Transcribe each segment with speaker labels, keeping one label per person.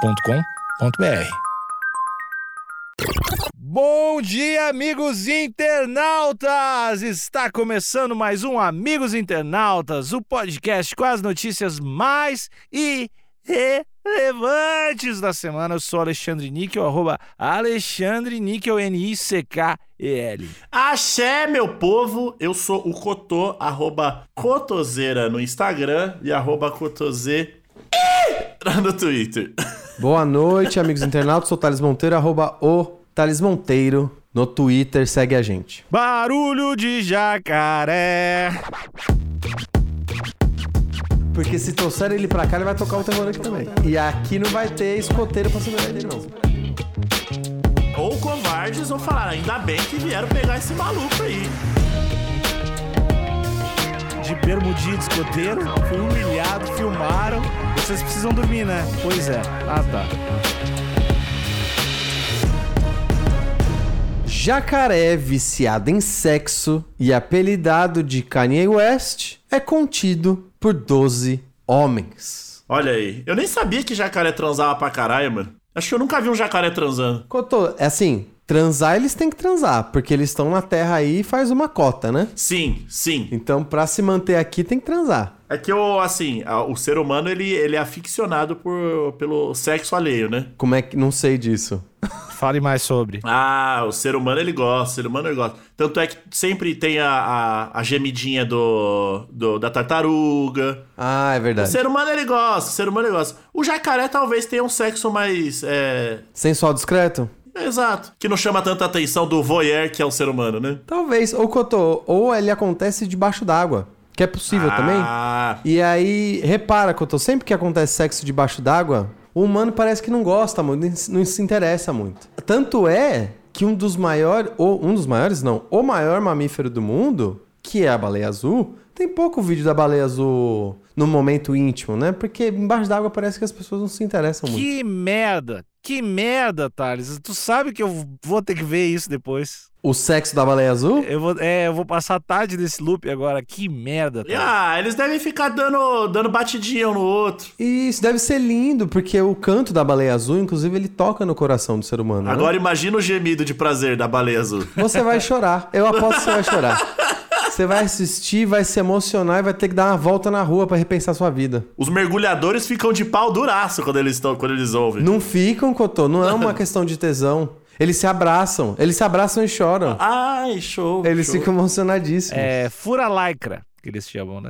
Speaker 1: agenciadepodcast.com.br. Bom dia, amigos internautas! Está começando mais um Amigos Internautas, o podcast com as notícias mais e relevantes da semana. Eu sou Alexandre Níquel, arroba Alexandre Níquel, N-I-C-K-E-L.
Speaker 2: Axé, meu povo! Eu sou o Cotô, arroba Cotoseira no Instagram e arroba Cotose no Twitter.
Speaker 3: Boa noite, amigos internautas. Sou o Thales Monteiro, arroba o Thales Monteiro. No Twitter, segue a gente.
Speaker 1: Barulho de jacaré.
Speaker 3: Porque se trouxer ele pra cá, ele vai tocar o terror aqui também. E aqui não vai ter escoteiro pra segurar ele, não.
Speaker 2: Ou covardes vão falar, ainda bem que vieram pegar esse maluco aí.
Speaker 1: De bermudinha de escoteiro, fui humilhado, filmaram. Vocês precisam dormir, né? Pois é. Ah, tá.
Speaker 3: Jacaré viciado em sexo e apelidado de Kanye West é contido por 12 homens.
Speaker 2: Olha aí, eu nem sabia que jacaré transava pra caralho, mano. Acho que eu nunca vi um jacaré transando.
Speaker 3: Cotô, é assim, transar eles têm que transar, porque eles estão na terra aí e faz uma cota, né?
Speaker 2: Sim, sim.
Speaker 3: Então, pra se manter aqui, tem que transar.
Speaker 2: É que eu, assim, a- o ser humano, ele, ele é aficionado por, pelo sexo alheio, né?
Speaker 3: Como é que... Não sei disso.
Speaker 1: Fale mais sobre.
Speaker 2: Ah, o ser humano ele gosta, o ser humano ele gosta. Tanto é que sempre tem a, a, a gemidinha do, do- da tartaruga.
Speaker 3: Ah, é
Speaker 2: O
Speaker 3: verdade.
Speaker 2: ser humano ele gosta, o ser humano ele gosta. O jacaré talvez tenha um sexo mais. É,
Speaker 3: Sensual discreto?
Speaker 2: exato. Que não chama tanta atenção do voyeur que é o ser humano, né?
Speaker 3: Talvez, ou Cotô, ou ele acontece debaixo d'água, que é possível também.
Speaker 2: Ah,
Speaker 3: E aí, repara, Cotô, sempre que acontece sexo debaixo d'água, o humano parece que não gosta muito, nem se- não se interessa muito. Tanto é que um dos maiores, ou um dos maiores não, o maior mamífero do mundo, que é a baleia azul, tem pouco vídeo da baleia azul no momento íntimo, né? Porque embaixo d'água parece que as pessoas não se interessam muito.
Speaker 1: Que merda! Que merda, Thales. Tu sabe que eu vou ter que ver isso depois.
Speaker 3: O sexo da baleia azul?
Speaker 1: Eu vou, é, eu vou passar a tarde nesse loop agora. Que merda,
Speaker 2: e-
Speaker 1: Thales.
Speaker 2: ah, eles devem ficar dando, dando batidinha um no outro.
Speaker 3: E isso deve ser lindo, porque o canto da baleia azul, inclusive, ele toca no coração do ser humano. né?
Speaker 2: Agora imagina o gemido de prazer da baleia azul.
Speaker 3: Você vai chorar. Eu aposto que você vai chorar. Você vai assistir, vai se emocionar e vai ter que dar uma volta na rua pra repensar sua vida.
Speaker 2: Os mergulhadores ficam de pau duraço quando eles, tão, quando eles ouvem.
Speaker 3: Não ficam, Cotô. Não é uma questão de tesão. Eles se abraçam. Eles se abraçam e choram.
Speaker 2: Ai, show.
Speaker 3: Eles
Speaker 2: show.
Speaker 3: ficam emocionadíssimos.
Speaker 1: É, fura lycra, que eles chamam, né?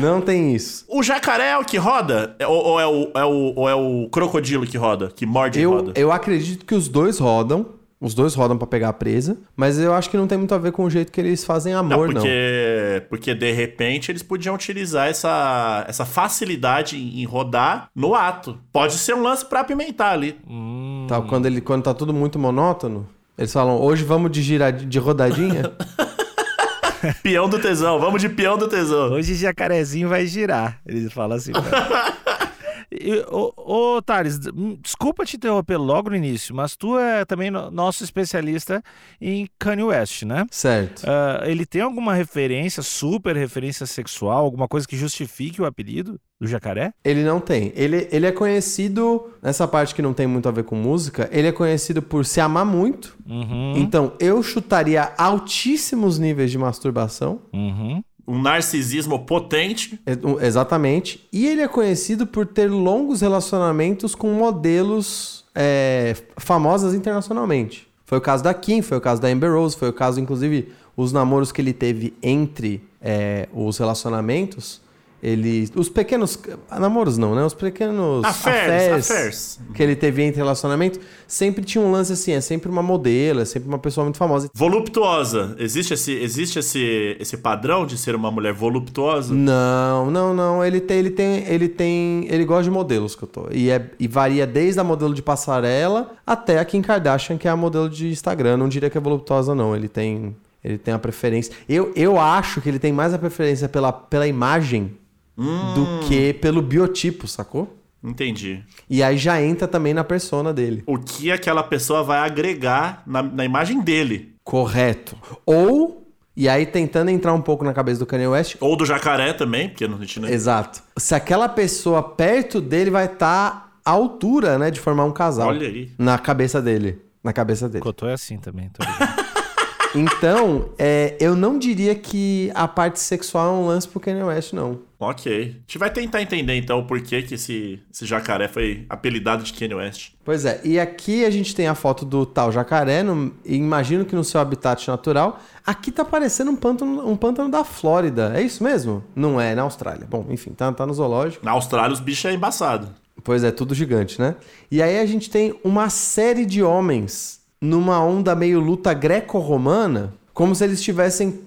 Speaker 3: Não tem isso.
Speaker 2: O jacaré é o que roda? É- Ou, ou é, o, é o, ou é o crocodilo que roda? Que morde e
Speaker 3: Eu, é
Speaker 2: roda?
Speaker 3: eu acredito que os dois rodam. Os dois rodam pra pegar a presa. Mas eu acho que não tem muito a ver com o jeito que eles fazem amor, não.
Speaker 2: porque, porque de repente eles podiam utilizar essa, essa facilidade em em rodar no ato. Pode ser um lance pra apimentar ali. Um
Speaker 3: Tá, quando, ele, quando tá tudo muito monótono, eles falam: hoje vamos de, girar, de rodadinha.
Speaker 2: Peão do tesão, vamos de peão do tesão.
Speaker 1: Hoje jacarezinho vai girar. Ele fala assim. pra- E, Ô, ô Thales, hum, desculpa te interromper logo no início, mas tu é também no- nosso especialista em Kanye West, né?
Speaker 3: certo.
Speaker 1: Ah, ele tem alguma referência, super referência sexual, alguma coisa que justifique o apelido do jacaré?
Speaker 3: Ele não tem. Ele, ele é conhecido, nessa parte que não tem muito a ver com música, ele é conhecido por se amar muito.
Speaker 1: Uhum.
Speaker 3: Então, eu chutaria altíssimos níveis de masturbação.
Speaker 1: Uhum.
Speaker 2: Um narcisismo potente.
Speaker 3: E- um- Exatamente. E ele é conhecido por ter longos relacionamentos com modelos é, famosas internacionalmente. Foi o caso da Kim, foi o caso da Amber Rose, foi o caso, inclusive, os namoros que ele teve entre é, os relacionamentos. Ele. Os pequenos. Namoros não, né? Os pequenos.
Speaker 2: Affairs, affairs.
Speaker 3: Que ele teve entre relacionamento. Sempre tinha um lance assim, é sempre uma modelo, é sempre uma pessoa muito famosa.
Speaker 2: Voluptuosa. Existe, esse, existe esse, esse padrão de ser uma mulher voluptuosa?
Speaker 3: Não, não, não. Ele tem, ele tem, ele tem, ele gosta de modelos que eu tô. E, é, e varia desde a modelo de passarela até a Kim Kardashian, que é a modelo de Instagram. Não diria que é voluptuosa, não. Ele tem, ele tem a preferência. Eu, eu acho que ele tem mais a preferência pela, pela imagem do que pelo biotipo, sacou?
Speaker 2: Entendi.
Speaker 3: E aí já entra também na persona dele.
Speaker 2: O que aquela pessoa vai agregar na, na imagem dele?
Speaker 3: Correto. Ou E aí, tentando entrar um pouco na cabeça do Kanye West,
Speaker 2: Ou do jacaré também, porque não gente não.
Speaker 3: exato. Se aquela pessoa perto dele vai estar à altura, né, de formar um casal.
Speaker 2: Olha aí.
Speaker 3: Na cabeça dele. Na cabeça dele.
Speaker 1: Cotô é assim também. tô ligado.
Speaker 3: Então, é, eu não diria que a parte sexual é um lance pro Kanye West, não.
Speaker 2: Ok. A gente vai tentar entender então o porquê que esse, esse jacaré foi apelidado de Kanye West.
Speaker 3: Pois é, e aqui a gente tem a foto do tal jacaré, no- e imagino que no seu habitat natural. Aqui tá parecendo um pântano, um pântano da Flórida, é isso mesmo? Não é, é na Austrália. Bom, enfim, tá, tá no zoológico.
Speaker 2: Na Austrália, os bichos é embaçado.
Speaker 3: Pois é, tudo gigante, né? E aí a gente tem uma série de homens numa onda meio luta greco-romana, como se eles estivessem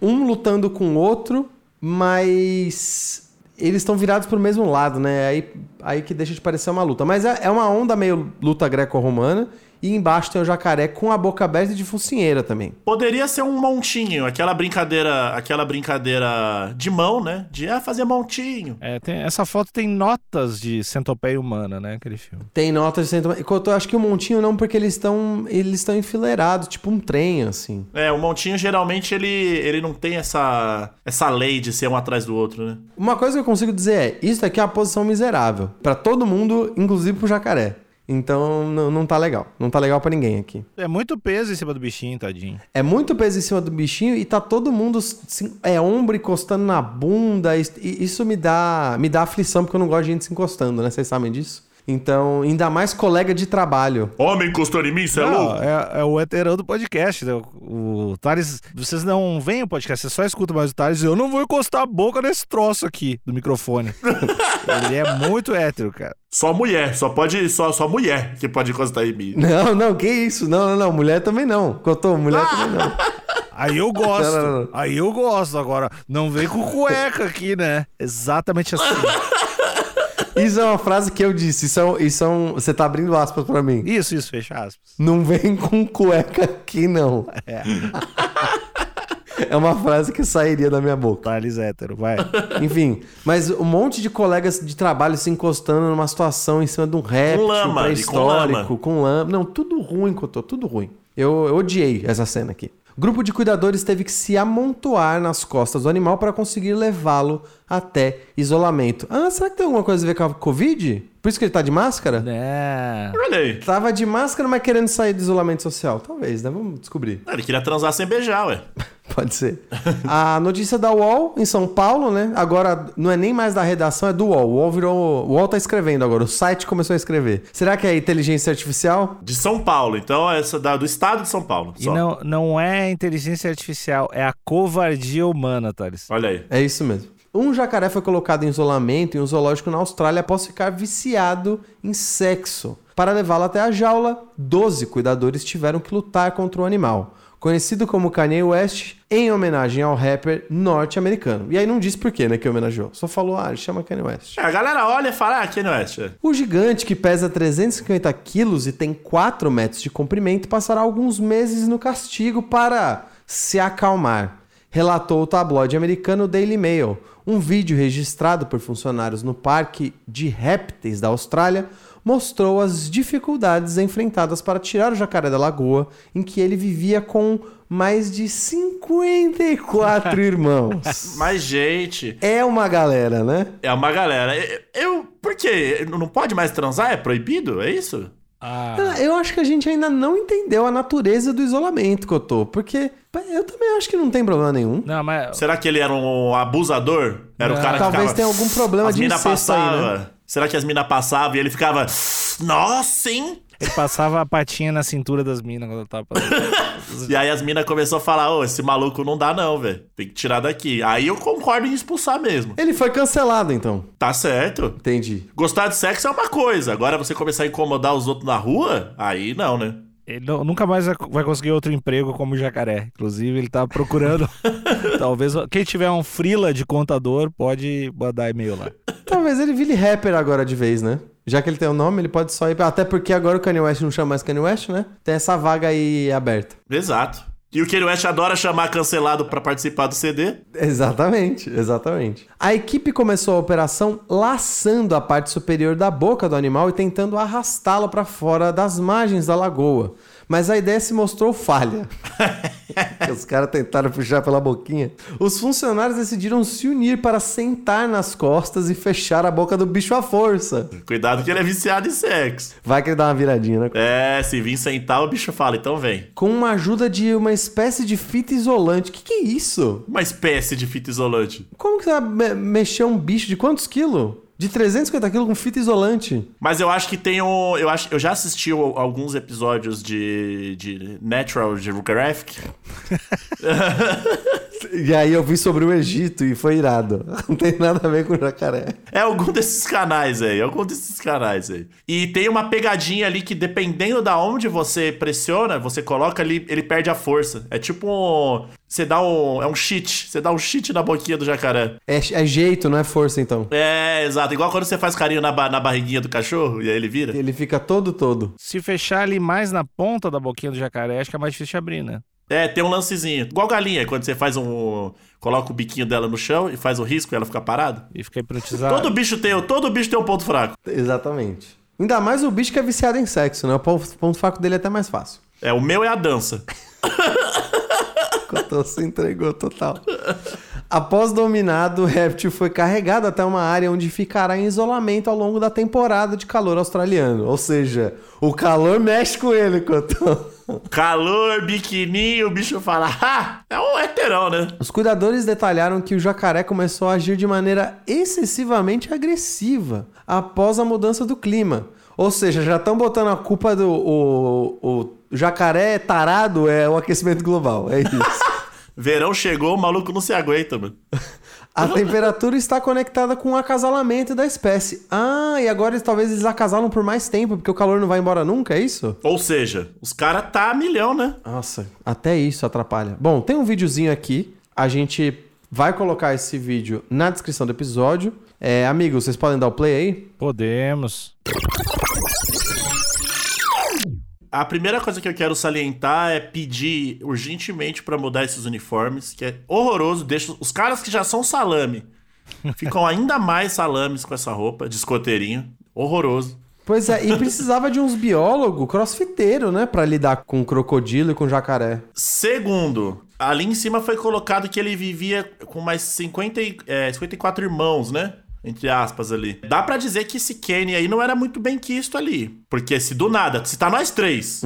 Speaker 3: um lutando com o outro, mas eles estão virados pro mesmo lado, né? Aí, aí que deixa de parecer uma luta. Mas é é uma onda meio luta greco-romana, e embaixo tem o jacaré com a boca aberta e de focinheira também.
Speaker 2: Poderia ser um montinho, aquela brincadeira, aquela brincadeira de mão, né? De ah, fazer montinho.
Speaker 1: É, tem- essa foto tem notas de centopeia humana, né? Aquele filme.
Speaker 3: Tem notas de centro... Eu acho que um montinho não, porque eles estão eles estão enfileirados, tipo um trem, assim.
Speaker 2: É, o montinho geralmente ele, ele não tem essa, essa lei de ser um atrás do outro, né?
Speaker 3: Uma coisa que eu consigo dizer é, isso daqui é uma posição miserável. Pra todo mundo, inclusive pro jacaré. Então não, não tá legal. Não tá legal pra ninguém aqui.
Speaker 1: É muito peso em cima do bichinho, tadinho.
Speaker 3: É muito peso em cima do bichinho e tá todo mundo assim, é ombro encostando na bunda. Isso- e Isso me dá me dá aflição porque eu não gosto de gente se encostando, né? Vocês sabem disso? Então, ainda mais colega de trabalho.
Speaker 2: Homem encostou em mim, você é louco?
Speaker 1: Não, é, é o heterão do podcast. né? O, o Thales, vocês não veem o podcast, vocês só escutam mais o Thales. Eu não vou encostar a boca nesse troço aqui do microfone. Ele é muito hétero, cara.
Speaker 2: Só mulher, só pode. Só, só mulher que pode encostar em mim.
Speaker 3: Não, não, que isso? Não, não, não. Mulher também não. Contou, mulher também não.
Speaker 1: Aí eu gosto.
Speaker 3: Não, não, não.
Speaker 1: Aí eu gosto. Agora, não vem com cueca aqui, né? Exatamente assim.
Speaker 3: Isso é uma frase que eu disse. Isso é, um- isso é um. Você tá abrindo aspas pra mim.
Speaker 1: Isso, isso, fecha aspas.
Speaker 3: Não vem com cueca aqui, não.
Speaker 1: É.
Speaker 3: É uma frase que sairia da minha boca.
Speaker 1: Thales é hétero, vai.
Speaker 3: Enfim, mas um monte de colegas de trabalho se encostando numa situação em cima de um rap
Speaker 2: Com lama, e com
Speaker 3: pré-histórico, com lama. Não, tudo ruim, Cotô, tudo ruim. Eu, eu odiei essa cena aqui. Grupo de cuidadores teve que se amontoar nas costas do animal para conseguir levá-lo até isolamento. Ah, será que tem alguma coisa a ver com a Covid? Por isso que ele tá de máscara?
Speaker 1: É.
Speaker 2: Olha aí.
Speaker 3: Tava de máscara, mas querendo sair do isolamento social. Talvez, né? Vamos descobrir.
Speaker 2: Ah, Ele queria transar sem beijar, ué.
Speaker 3: Pode ser. A notícia da UOL em São Paulo, né? Agora não é nem mais da redação, é do UOL. O UOL virou. O UOL tá escrevendo agora, o site começou a escrever. Será que é inteligência artificial?
Speaker 2: De São Paulo, então essa da, do estado de São Paulo.
Speaker 1: E
Speaker 2: só.
Speaker 1: não, não é inteligência artificial, é a covardia humana, Thales.
Speaker 2: Olha aí.
Speaker 3: É isso mesmo. Um jacaré foi colocado em isolamento em um zoológico na Austrália após ficar viciado em sexo. Para levá-lo até a jaula, 12 cuidadores tiveram que lutar contra o animal. Conhecido como Kanye West, em homenagem ao rapper norte-americano. E aí não diz por quê, né, que homenageou. Só falou, ah, chama Kanye West.
Speaker 2: É, a galera olha e fala, ah, Kanye West. é.
Speaker 3: O gigante, que pesa 350 quilos e tem 4 metros de comprimento, passará alguns meses no castigo para se acalmar, relatou o tabloide americano Daily Mail. Um vídeo registrado por funcionários no Parque de Répteis da Austrália mostrou as dificuldades enfrentadas para tirar o jacaré da lagoa em que ele vivia com mais de 54 irmãos.
Speaker 2: Mas, gente,
Speaker 3: É uma galera, né?
Speaker 2: é uma galera. Eu. eu- por quê? Não pode mais transar? É proibido? É isso?
Speaker 1: Ah.
Speaker 3: Ah, Eu acho que a gente ainda não entendeu a natureza do isolamento, Cotô. Porque pá, eu também acho que não tem problema nenhum.
Speaker 1: Não, mas
Speaker 2: Será que ele era um abusador? Era o
Speaker 1: Não.
Speaker 2: cara que
Speaker 3: É. Talvez
Speaker 2: ficava-
Speaker 3: tenha algum problema
Speaker 2: as
Speaker 3: de
Speaker 2: mina
Speaker 3: incesto aí, né?
Speaker 2: passava. Será que as minas passavam e ele ficava. Nossa, hein?
Speaker 1: ele passava a patinha na cintura das minas quando eu tava passando.
Speaker 2: E aí as minas começou a falar: Ô, esse maluco não dá, não, velho. Tem que tirar daqui. Aí eu concordo em expulsar mesmo.
Speaker 3: Ele foi cancelado, então.
Speaker 2: Tá certo.
Speaker 3: Entendi.
Speaker 2: Gostar de sexo é uma coisa. Agora você começar a incomodar os outros na rua, aí não, né?
Speaker 1: Ele não- nunca mais vai- vai conseguir outro emprego como jacaré. Inclusive, ele tá procurando. Talvez quem tiver um frila de contador pode mandar e-mail lá.
Speaker 3: Talvez ele vire rapper agora de vez, né? Já que ele tem o nome, ele pode só ir. Até porque agora o Kanye West não chama mais Kanye West, né? Tem essa vaga aí aberta.
Speaker 2: Exato. E o Kanye West adora chamar cancelado pra participar do CD.
Speaker 3: Exatamente, exatamente. A equipe começou a operação laçando a parte superior da boca do animal e tentando arrastá-lo para fora das margens da lagoa. Mas a ideia se mostrou falha. Os caras tentaram puxar pela boquinha. Os funcionários decidiram se unir para sentar nas costas e fechar a boca do bicho à força.
Speaker 2: Cuidado que ele é viciado em sexo.
Speaker 3: Vai que ele dá uma viradinha, né?
Speaker 2: É, se vir sentar, o bicho fala, então vem.
Speaker 3: Com uma ajuda de uma espécie de fita isolante. Que que é isso?
Speaker 2: Uma espécie de fita isolante.
Speaker 3: Como que você vai me- mexer um bicho de quantos quilos? De 350 quilos com fita isolante.
Speaker 2: Mas eu acho que tem um. Eu, acho, eu já assisti o- alguns episódios de, de Natural Geographic.
Speaker 3: E aí eu vi sobre o Egito e foi irado. Não tem nada a ver com jacaré.
Speaker 2: É algum desses canais aí, é algum desses canais aí. E tem uma pegadinha ali que dependendo da onde você pressiona, você coloca ali, ele perde a força. É tipo um, você dá um, é um cheat, você dá um cheat na boquinha do jacaré.
Speaker 3: É, é jeito, não é força, então.
Speaker 2: É, exato, igual quando você faz carinho na, ba- na barriguinha do cachorro e aí ele vira.
Speaker 3: Ele fica todo, todo.
Speaker 1: Se fechar ali mais na ponta da boquinha do jacaré, acho que é mais difícil de abrir, né?
Speaker 2: É, tem um lancezinho. Igual galinha, quando você faz um coloca o biquinho dela no chão e faz o risco e ela fica parada.
Speaker 1: E fica hipnotizado.
Speaker 2: Todo bicho tem, um- todo bicho tem um ponto fraco.
Speaker 3: Exatamente. Ainda mais o bicho que é viciado em sexo, né? O ponto, ponto fraco dele é até mais fácil.
Speaker 2: É, o meu é a dança.
Speaker 3: Cotô se entregou total. Após dominado, o réptil foi carregado até uma área onde ficará em isolamento ao longo da temporada de calor australiano. Ou seja, o calor mexe com ele, Cotô.
Speaker 2: Calor, biquininho, o bicho fala, ah, é um heterão, né?
Speaker 3: Os cuidadores detalharam que o jacaré começou a agir de maneira excessivamente agressiva após a mudança do clima. Ou seja, já estão botando a culpa do o, o jacaré tarado é o aquecimento global. É isso.
Speaker 2: Verão chegou, o maluco não se aguenta, mano.
Speaker 3: A temperatura está conectada com o acasalamento da espécie. Ah, e agora eles- talvez eles acasalam por mais tempo, porque o calor não vai embora nunca, é isso?
Speaker 2: Ou seja, os caras tá a milhão, né?
Speaker 3: Nossa, até isso atrapalha. Bom, tem um videozinho aqui. A gente vai colocar esse vídeo na descrição do episódio. É, amigos, vocês podem dar o play aí?
Speaker 1: Podemos.
Speaker 2: A primeira coisa que eu quero salientar é pedir urgentemente pra mudar esses uniformes, que é horroroso. Deixa os caras que já são salame ficam ainda mais salames com essa roupa de escoteirinho. Horroroso.
Speaker 3: Pois é, e precisava de uns biólogos crossfiteiro, né? Pra lidar com crocodilo e com jacaré.
Speaker 2: Segundo, ali em cima foi colocado que ele vivia com mais 50, e- é, 54 irmãos, né? Entre aspas ali. Dá pra dizer que esse Kenny aí não era muito bem quisto ali. Porque se do nada, se tá nós três,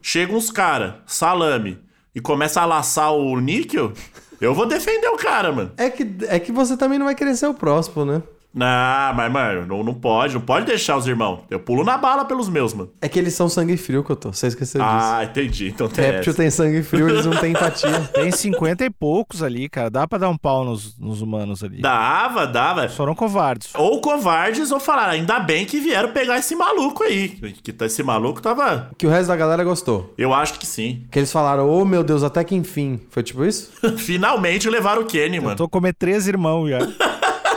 Speaker 2: chega uns cara, salame, e começa a laçar o níquel, eu vou defender o cara, mano.
Speaker 3: É que, é que você também não vai querer ser o próximo, né?
Speaker 2: Não, mas, mano, não, não pode, não pode deixar os irmãos. Eu pulo na bala pelos meus, mano.
Speaker 3: É que eles são sangue frio, que eu tô. Você esqueceu disso. É
Speaker 2: Ah, entendi. Então tem
Speaker 3: Réptil
Speaker 2: essa.
Speaker 3: tem sangue frio, eles não têm empatia.
Speaker 1: Tem 50 e poucos ali, cara. Dá pra dar um pau nos, nos humanos ali.
Speaker 2: Dava, dava.
Speaker 1: Foram covardes.
Speaker 2: Ou covardes, ou falaram, ainda bem que vieram pegar esse maluco aí. Que tá- esse maluco tava.
Speaker 3: Que o resto da galera gostou.
Speaker 2: Eu acho que sim.
Speaker 3: Que eles falaram, ô meu Deus, até que enfim. Foi tipo isso?
Speaker 2: Finalmente levaram o Kenny, mano.
Speaker 1: Tô comer três irmãos já.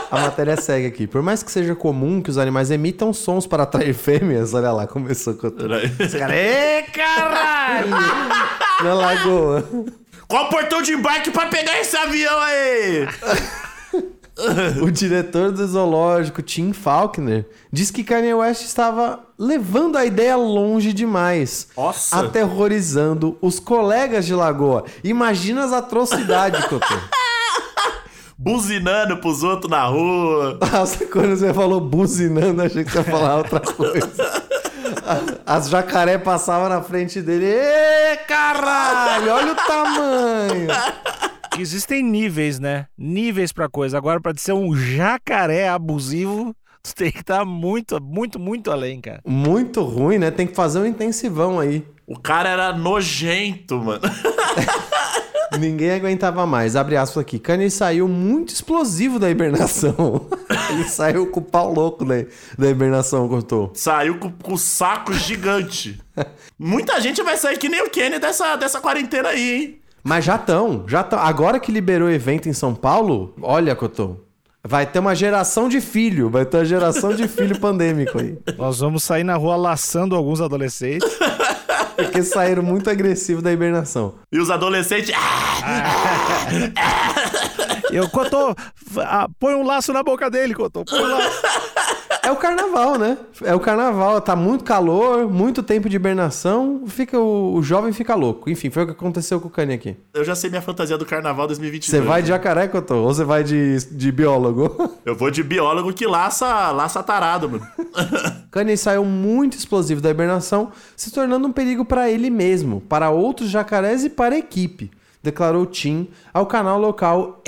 Speaker 3: A matéria segue aqui. Por mais que seja comum que os animais emitam sons para atrair fêmeas, olha lá, começou com tudo.
Speaker 1: Ê, caralho!
Speaker 3: Na lagoa.
Speaker 2: Qual o portão de embarque pra pegar esse avião aí?
Speaker 3: O diretor do zoológico, Tim Faulkner, diz que Kanye West estava levando a ideia longe demais.
Speaker 2: Nossa.
Speaker 3: Aterrorizando os colegas de lagoa. Imagina as atrocidades, Cotô.
Speaker 2: Buzinando pros outros na rua.
Speaker 3: Nossa, quando você falou buzinando, achei que você ia falar outra coisa. As jacaré passavam na frente dele. Ê, caralho, olha o tamanho.
Speaker 1: Existem níveis, né? Níveis pra coisa. Agora, pra ser um jacaré abusivo, tu tem que estar muito, muito, muito além, cara.
Speaker 3: Muito ruim, né? Tem que fazer um intensivão aí.
Speaker 2: O cara era nojento, mano.
Speaker 3: Ninguém aguentava mais. Abre aspas aqui. Kanye saiu muito explosivo da hibernação. Ele saiu com o pau louco da, da hibernação, cortou.
Speaker 2: Saiu com, com o saco gigante. Muita gente vai sair que nem o Kenny dessa, dessa quarentena aí, hein?
Speaker 3: Mas já estão, já estão. Agora que liberou o evento em São Paulo, olha, Cotô, vai ter uma geração de filho, vai ter uma geração de filho pandêmico aí.
Speaker 1: Nós vamos sair na rua laçando alguns adolescentes.
Speaker 3: Porque saíram muito agressivos da hibernação.
Speaker 2: E os adolescentes. "Ah,
Speaker 1: Eu, Cotô, v- ah, põe um laço na boca dele, Cotô. Põe um laço.
Speaker 3: É o carnaval, né? É o carnaval, tá muito calor, muito tempo de hibernação, fica o, o jovem fica louco. Enfim, foi o que aconteceu com o Kanye aqui.
Speaker 2: Eu já sei minha fantasia do carnaval 2022.
Speaker 3: Você vai de jacaré, Cotô? Ou você vai de, de biólogo?
Speaker 2: Eu vou de biólogo que laça, laça tarado, mano.
Speaker 3: Kanye saiu muito explosivo da hibernação, se tornando um perigo para ele mesmo, para outros jacarés e para a equipe, declarou Tim ao canal local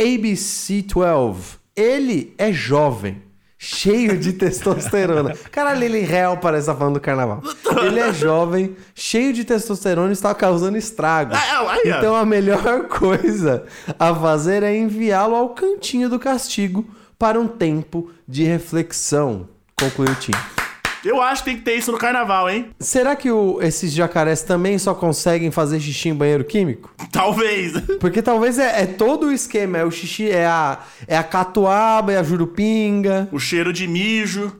Speaker 3: ABC12. Ele é jovem, cheio de testosterona. Caralho, ele real parece estar falando do carnaval. Ele é jovem, cheio de testosterona e está causando estrago.
Speaker 2: Ah, ah, ah, ah.
Speaker 3: Então a melhor coisa a fazer é enviá-lo ao cantinho do castigo para um tempo de reflexão, concluiu Tim.
Speaker 2: Eu acho que tem que ter isso no carnaval, hein?
Speaker 3: Será que o- esses jacarés também só conseguem fazer xixi em banheiro químico?
Speaker 2: Talvez.
Speaker 3: Porque talvez é, é todo o esquema, é o xixi, é a, é a catuaba, é a jurupinga,
Speaker 2: O cheiro de mijo.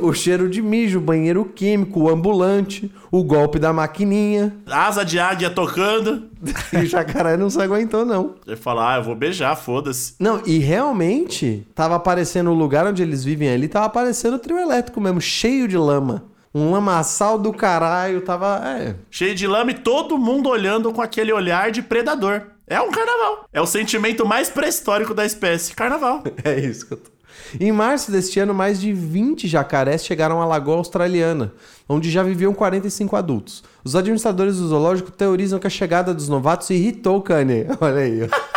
Speaker 3: o cheiro de mijo, o banheiro químico, o ambulante, o golpe da maquininha.
Speaker 2: Asa de águia tocando.
Speaker 3: E o jacaré não se aguentou, não.
Speaker 2: Eu falo, ah, eu vou beijar, foda-se.
Speaker 3: Não, e realmente tava aparecendo o lugar onde eles vivem ali, tava aparecendo o trio elétrico mesmo, cheio de lama. Um lamaçal do caralho, tava. É,
Speaker 2: Cheio de lama e todo mundo olhando com aquele olhar de predador. É um carnaval. É o sentimento mais pré-histórico da espécie. Carnaval.
Speaker 3: É isso que eu tô. Em março deste ano, mais de 20 jacarés chegaram à Lagoa Australiana, onde já viviam 45 adultos. Os administradores do zoológico teorizam que a chegada dos novatos irritou o Kanye. Olha aí. ó.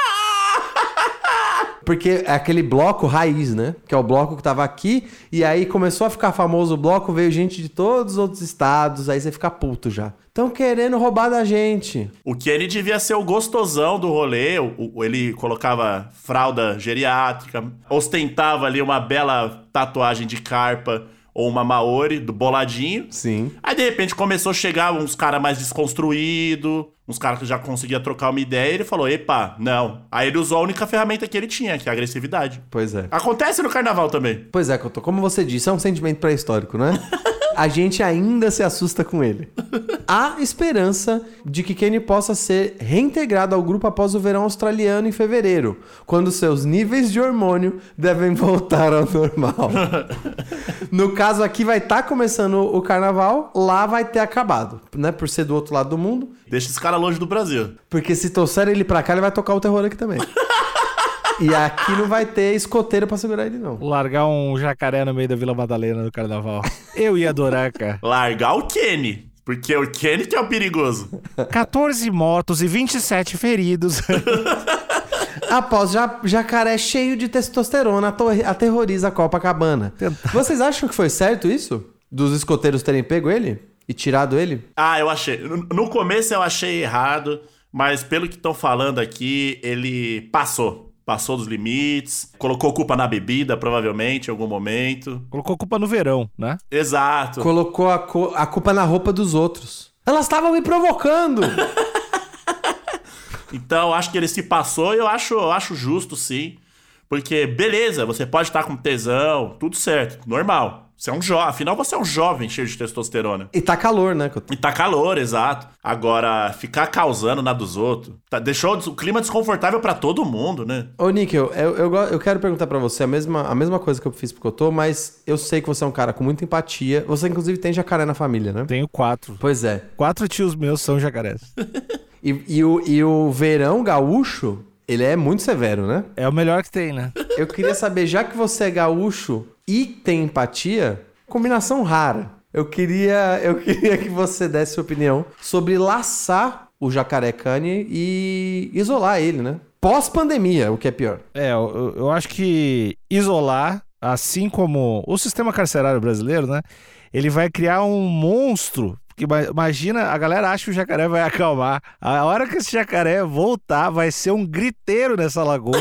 Speaker 3: Porque é aquele bloco raiz, né? Que é o bloco que tava aqui, e aí começou a ficar famoso o bloco, veio gente de todos os outros estados, aí você fica puto já. Tão querendo roubar da gente.
Speaker 2: O que ele devia ser o gostosão do rolê, o- o- ele colocava fralda geriátrica, ostentava ali uma bela tatuagem de carpa ou uma maori do boladinho.
Speaker 3: Sim.
Speaker 2: Aí de repente começou a chegar uns caras mais desconstruídos, uns caras que já conseguia trocar uma ideia, e ele falou: "Epa, não". Aí ele usou a única ferramenta que ele tinha, que é a agressividade.
Speaker 3: Pois é.
Speaker 2: Acontece no carnaval também.
Speaker 3: Pois é, Couto, como você disse, é um sentimento pré-histórico, né? A gente ainda se assusta com ele. Há esperança de que Kenny possa ser reintegrado ao grupo após o verão australiano em fevereiro, quando seus níveis de hormônio devem voltar ao normal. No caso aqui vai estar começando o carnaval, lá vai ter acabado, né? Por ser do outro lado do mundo.
Speaker 2: Deixa esse cara longe do Brasil.
Speaker 3: Porque se trouxer ele pra cá, ele vai tocar o terror aqui também. E aqui não vai ter escoteiro pra segurar ele, não.
Speaker 1: Largar um jacaré no meio da Vila Madalena no carnaval. Eu ia adorar, cara.
Speaker 2: Largar o Kenny, porque é o Kenny que é o perigoso.
Speaker 1: 14 mortos e 27 feridos.
Speaker 3: Após ja- jacaré cheio de testosterona ator- aterroriza a Copacabana. Vocês acham que foi certo isso? Dos escoteiros terem pego ele? E tirado ele?
Speaker 2: Ah, eu achei. No no começo eu achei errado, mas pelo que estão falando aqui, ele passou. Passou dos limites, colocou culpa na bebida, provavelmente, em algum momento.
Speaker 1: Colocou culpa no verão, né?
Speaker 2: Exato.
Speaker 3: Colocou a, co- a culpa na roupa dos outros. Elas estavam me provocando!
Speaker 2: Então, acho que ele se passou e eu acho, eu acho justo, sim. Porque, beleza, você pode estar com tesão, tudo certo, normal. Você é um jovem, afinal você é um jovem cheio de testosterona.
Speaker 3: e tá calor, né? Couto?
Speaker 2: E tá calor, exato. Agora, ficar causando na dos outros, tá- deixou o clima desconfortável pra todo mundo, né?
Speaker 3: Ô, Níquel, eu, eu, go- eu quero perguntar pra você a mesma, a mesma coisa que eu fiz pro Cotô, mas eu sei que você é um cara com muita empatia. Você, inclusive, tem jacaré na família, né?
Speaker 1: Tenho quatro.
Speaker 3: Pois é.
Speaker 1: Quatro tios meus são jacarés.
Speaker 3: E, e o, e o verão gaúcho, ele é muito severo, né?
Speaker 1: É o melhor que tem, né?
Speaker 3: Eu queria saber, já que você é gaúcho e tem empatia, combinação rara. Eu queria, eu queria que você desse sua opinião sobre laçar o jacaré Kanye e isolar ele, né? Pós-pandemia, o que é pior.
Speaker 1: É, eu, eu acho que isolar, assim como o sistema carcerário brasileiro, né? Ele vai criar um monstro. Porque ima- imagina, a galera acha que o jacaré vai acalmar. A hora que esse jacaré voltar, vai ser um griteiro nessa lagoa.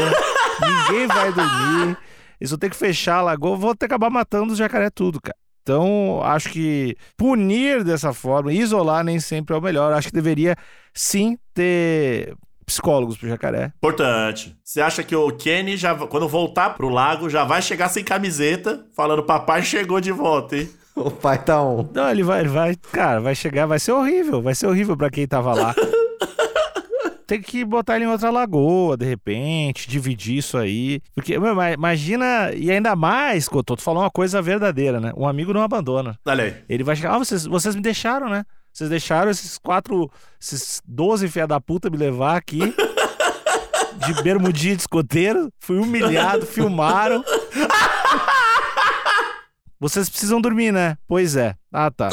Speaker 1: Ninguém vai dormir. Eles vão ter que fechar a lagoa. Vou ter que acabar matando o jacaré tudo, cara. Então, acho que punir dessa forma, isolar nem sempre é o melhor. Acho que deveria sim ter psicólogos pro jacaré.
Speaker 2: Importante. Você acha que o Kenny, já, quando voltar pro lago, já vai chegar sem camiseta, falando papai chegou de volta, hein?
Speaker 3: O pai tá on.
Speaker 1: Não, ele vai, ele vai, cara, vai chegar, vai ser horrível, vai ser horrível pra quem tava lá. Tem que botar ele em outra lagoa, de repente, dividir isso aí. Porque, meu, ma- imagina, e ainda mais, Cotô, tu falou uma coisa verdadeira, né? Um amigo não abandona.
Speaker 2: Olha aí.
Speaker 1: Ele vai chegar, ah, vocês, vocês me deixaram, né? Vocês deixaram esses quatro, esses 12 fia da puta me levar aqui. De bermudinha de escoteiro, fui humilhado, filmaram. Vocês precisam dormir, né? Pois é. Ah, tá.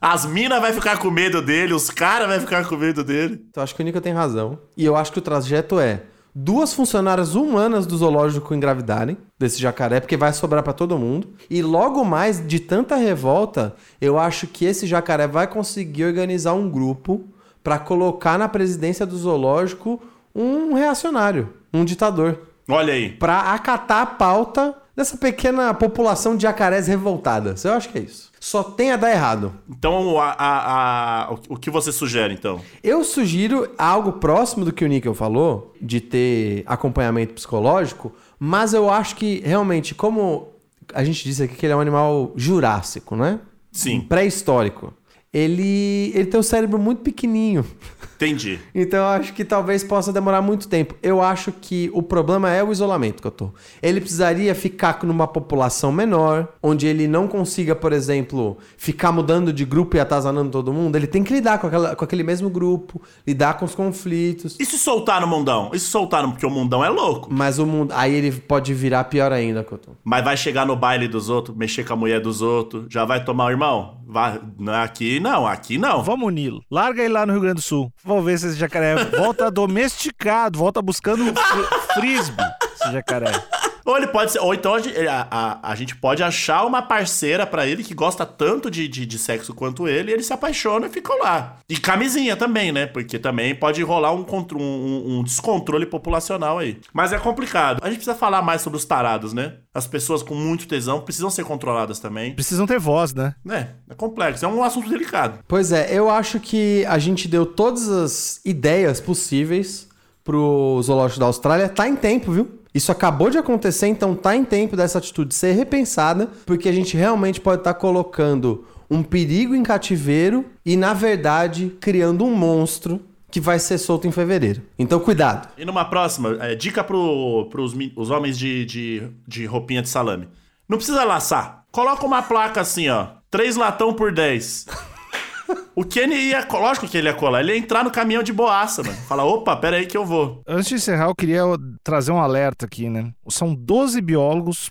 Speaker 2: As minas vai ficar com medo dele, os caras vai ficar com medo dele.
Speaker 3: Então acho que o Nico tem razão. E eu acho que o trajeto é duas funcionárias humanas do zoológico engravidarem desse jacaré, porque vai sobrar pra todo mundo. E logo mais, de tanta revolta, eu acho que esse jacaré vai conseguir organizar um grupo pra colocar na presidência do zoológico um reacionário, um ditador,
Speaker 2: Olha aí.
Speaker 3: Pra acatar a pauta dessa pequena população de jacarés revoltadas. Eu acho que é isso. Só tem a dar errado.
Speaker 2: Então, a- a- a- o- o que você sugere, então?
Speaker 3: Eu sugiro algo próximo do que o Nickel falou, de ter acompanhamento psicológico, mas eu acho que realmente, como a gente disse aqui que ele é um animal jurássico, né?
Speaker 2: Sim,
Speaker 3: Pré-histórico. Ele, ele tem um cérebro muito pequenininho.
Speaker 2: entendi.
Speaker 3: Então eu acho que talvez possa demorar muito tempo. Eu acho que o problema é o isolamento que eu tô. Ele precisaria ficar numa população menor, onde ele não consiga, por exemplo, ficar mudando de grupo e atazanando todo mundo. Ele tem que lidar com, aquela- com aquele mesmo grupo, lidar com os conflitos.
Speaker 2: E se soltar no mundão? E se soltar no... Porque o mundão é louco.
Speaker 3: Mas o mundo. Aí ele pode virar pior ainda, Cotô.
Speaker 2: Mas vai chegar no baile dos outros, mexer com a mulher dos outros, já vai tomar o irmão? Vai... não, Aqui não, aqui não.
Speaker 1: Vamos uni-lo. Larga ele lá no Rio Grande do Sul. Vamos ver se esse jacaré volta domesticado, volta buscando fr- frisbee, esse jacaré.
Speaker 2: Ou ele pode ser... Ou então a, gente- a- a- a gente pode achar uma parceira pra ele que gosta tanto de, de, de sexo quanto ele, e ele se apaixona e ficou lá. E camisinha também, né? Porque também pode rolar um, contro- um- um descontrole populacional aí. Mas é complicado. A gente precisa falar mais sobre os tarados, né? As pessoas com muito tesão precisam ser controladas também.
Speaker 1: Precisam ter voz, né?
Speaker 2: É, é complexo, é um assunto delicado.
Speaker 3: Pois é, eu acho que a gente deu todas as ideias possíveis pro Zoológico da Austrália. Tá em tempo, viu? Isso acabou de acontecer, então tá em tempo dessa atitude ser repensada, porque a gente realmente pode estar colocando um perigo em cativeiro e, na verdade, criando um monstro que vai ser solto em fevereiro. Então, cuidado.
Speaker 2: E numa próxima, é, dica pro, pros mi- os homens de, de, de roupinha de salame. Não precisa laçar. Coloca uma placa assim, ó. Três latão por 10. O Kenny ia. co- Lógico que ele ia colar. Ele ia entrar no caminhão de boaça, mano. Falar, opa, pera aí que eu vou.
Speaker 1: Antes de encerrar, eu queria trazer um alerta aqui, né? São 12 biólogos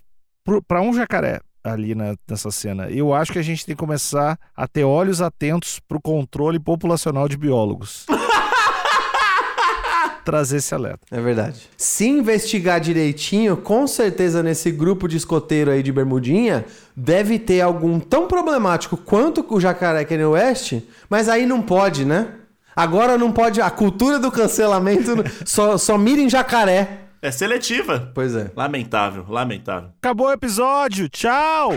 Speaker 1: para um jacaré ali na- nessa cena. Eu acho que a gente tem que começar a ter olhos atentos pro controle populacional de biólogos. trazer esse alerta.
Speaker 3: É verdade. Se investigar direitinho, com certeza nesse grupo de escoteiro aí de bermudinha, deve ter algum tão problemático quanto o jacaré Kanye West, mas aí não pode, né? Agora não pode, a cultura do cancelamento não- só, só mira em jacaré.
Speaker 2: É seletiva.
Speaker 3: Pois é.
Speaker 2: Lamentável, lamentável.
Speaker 1: Acabou o episódio. Tchau!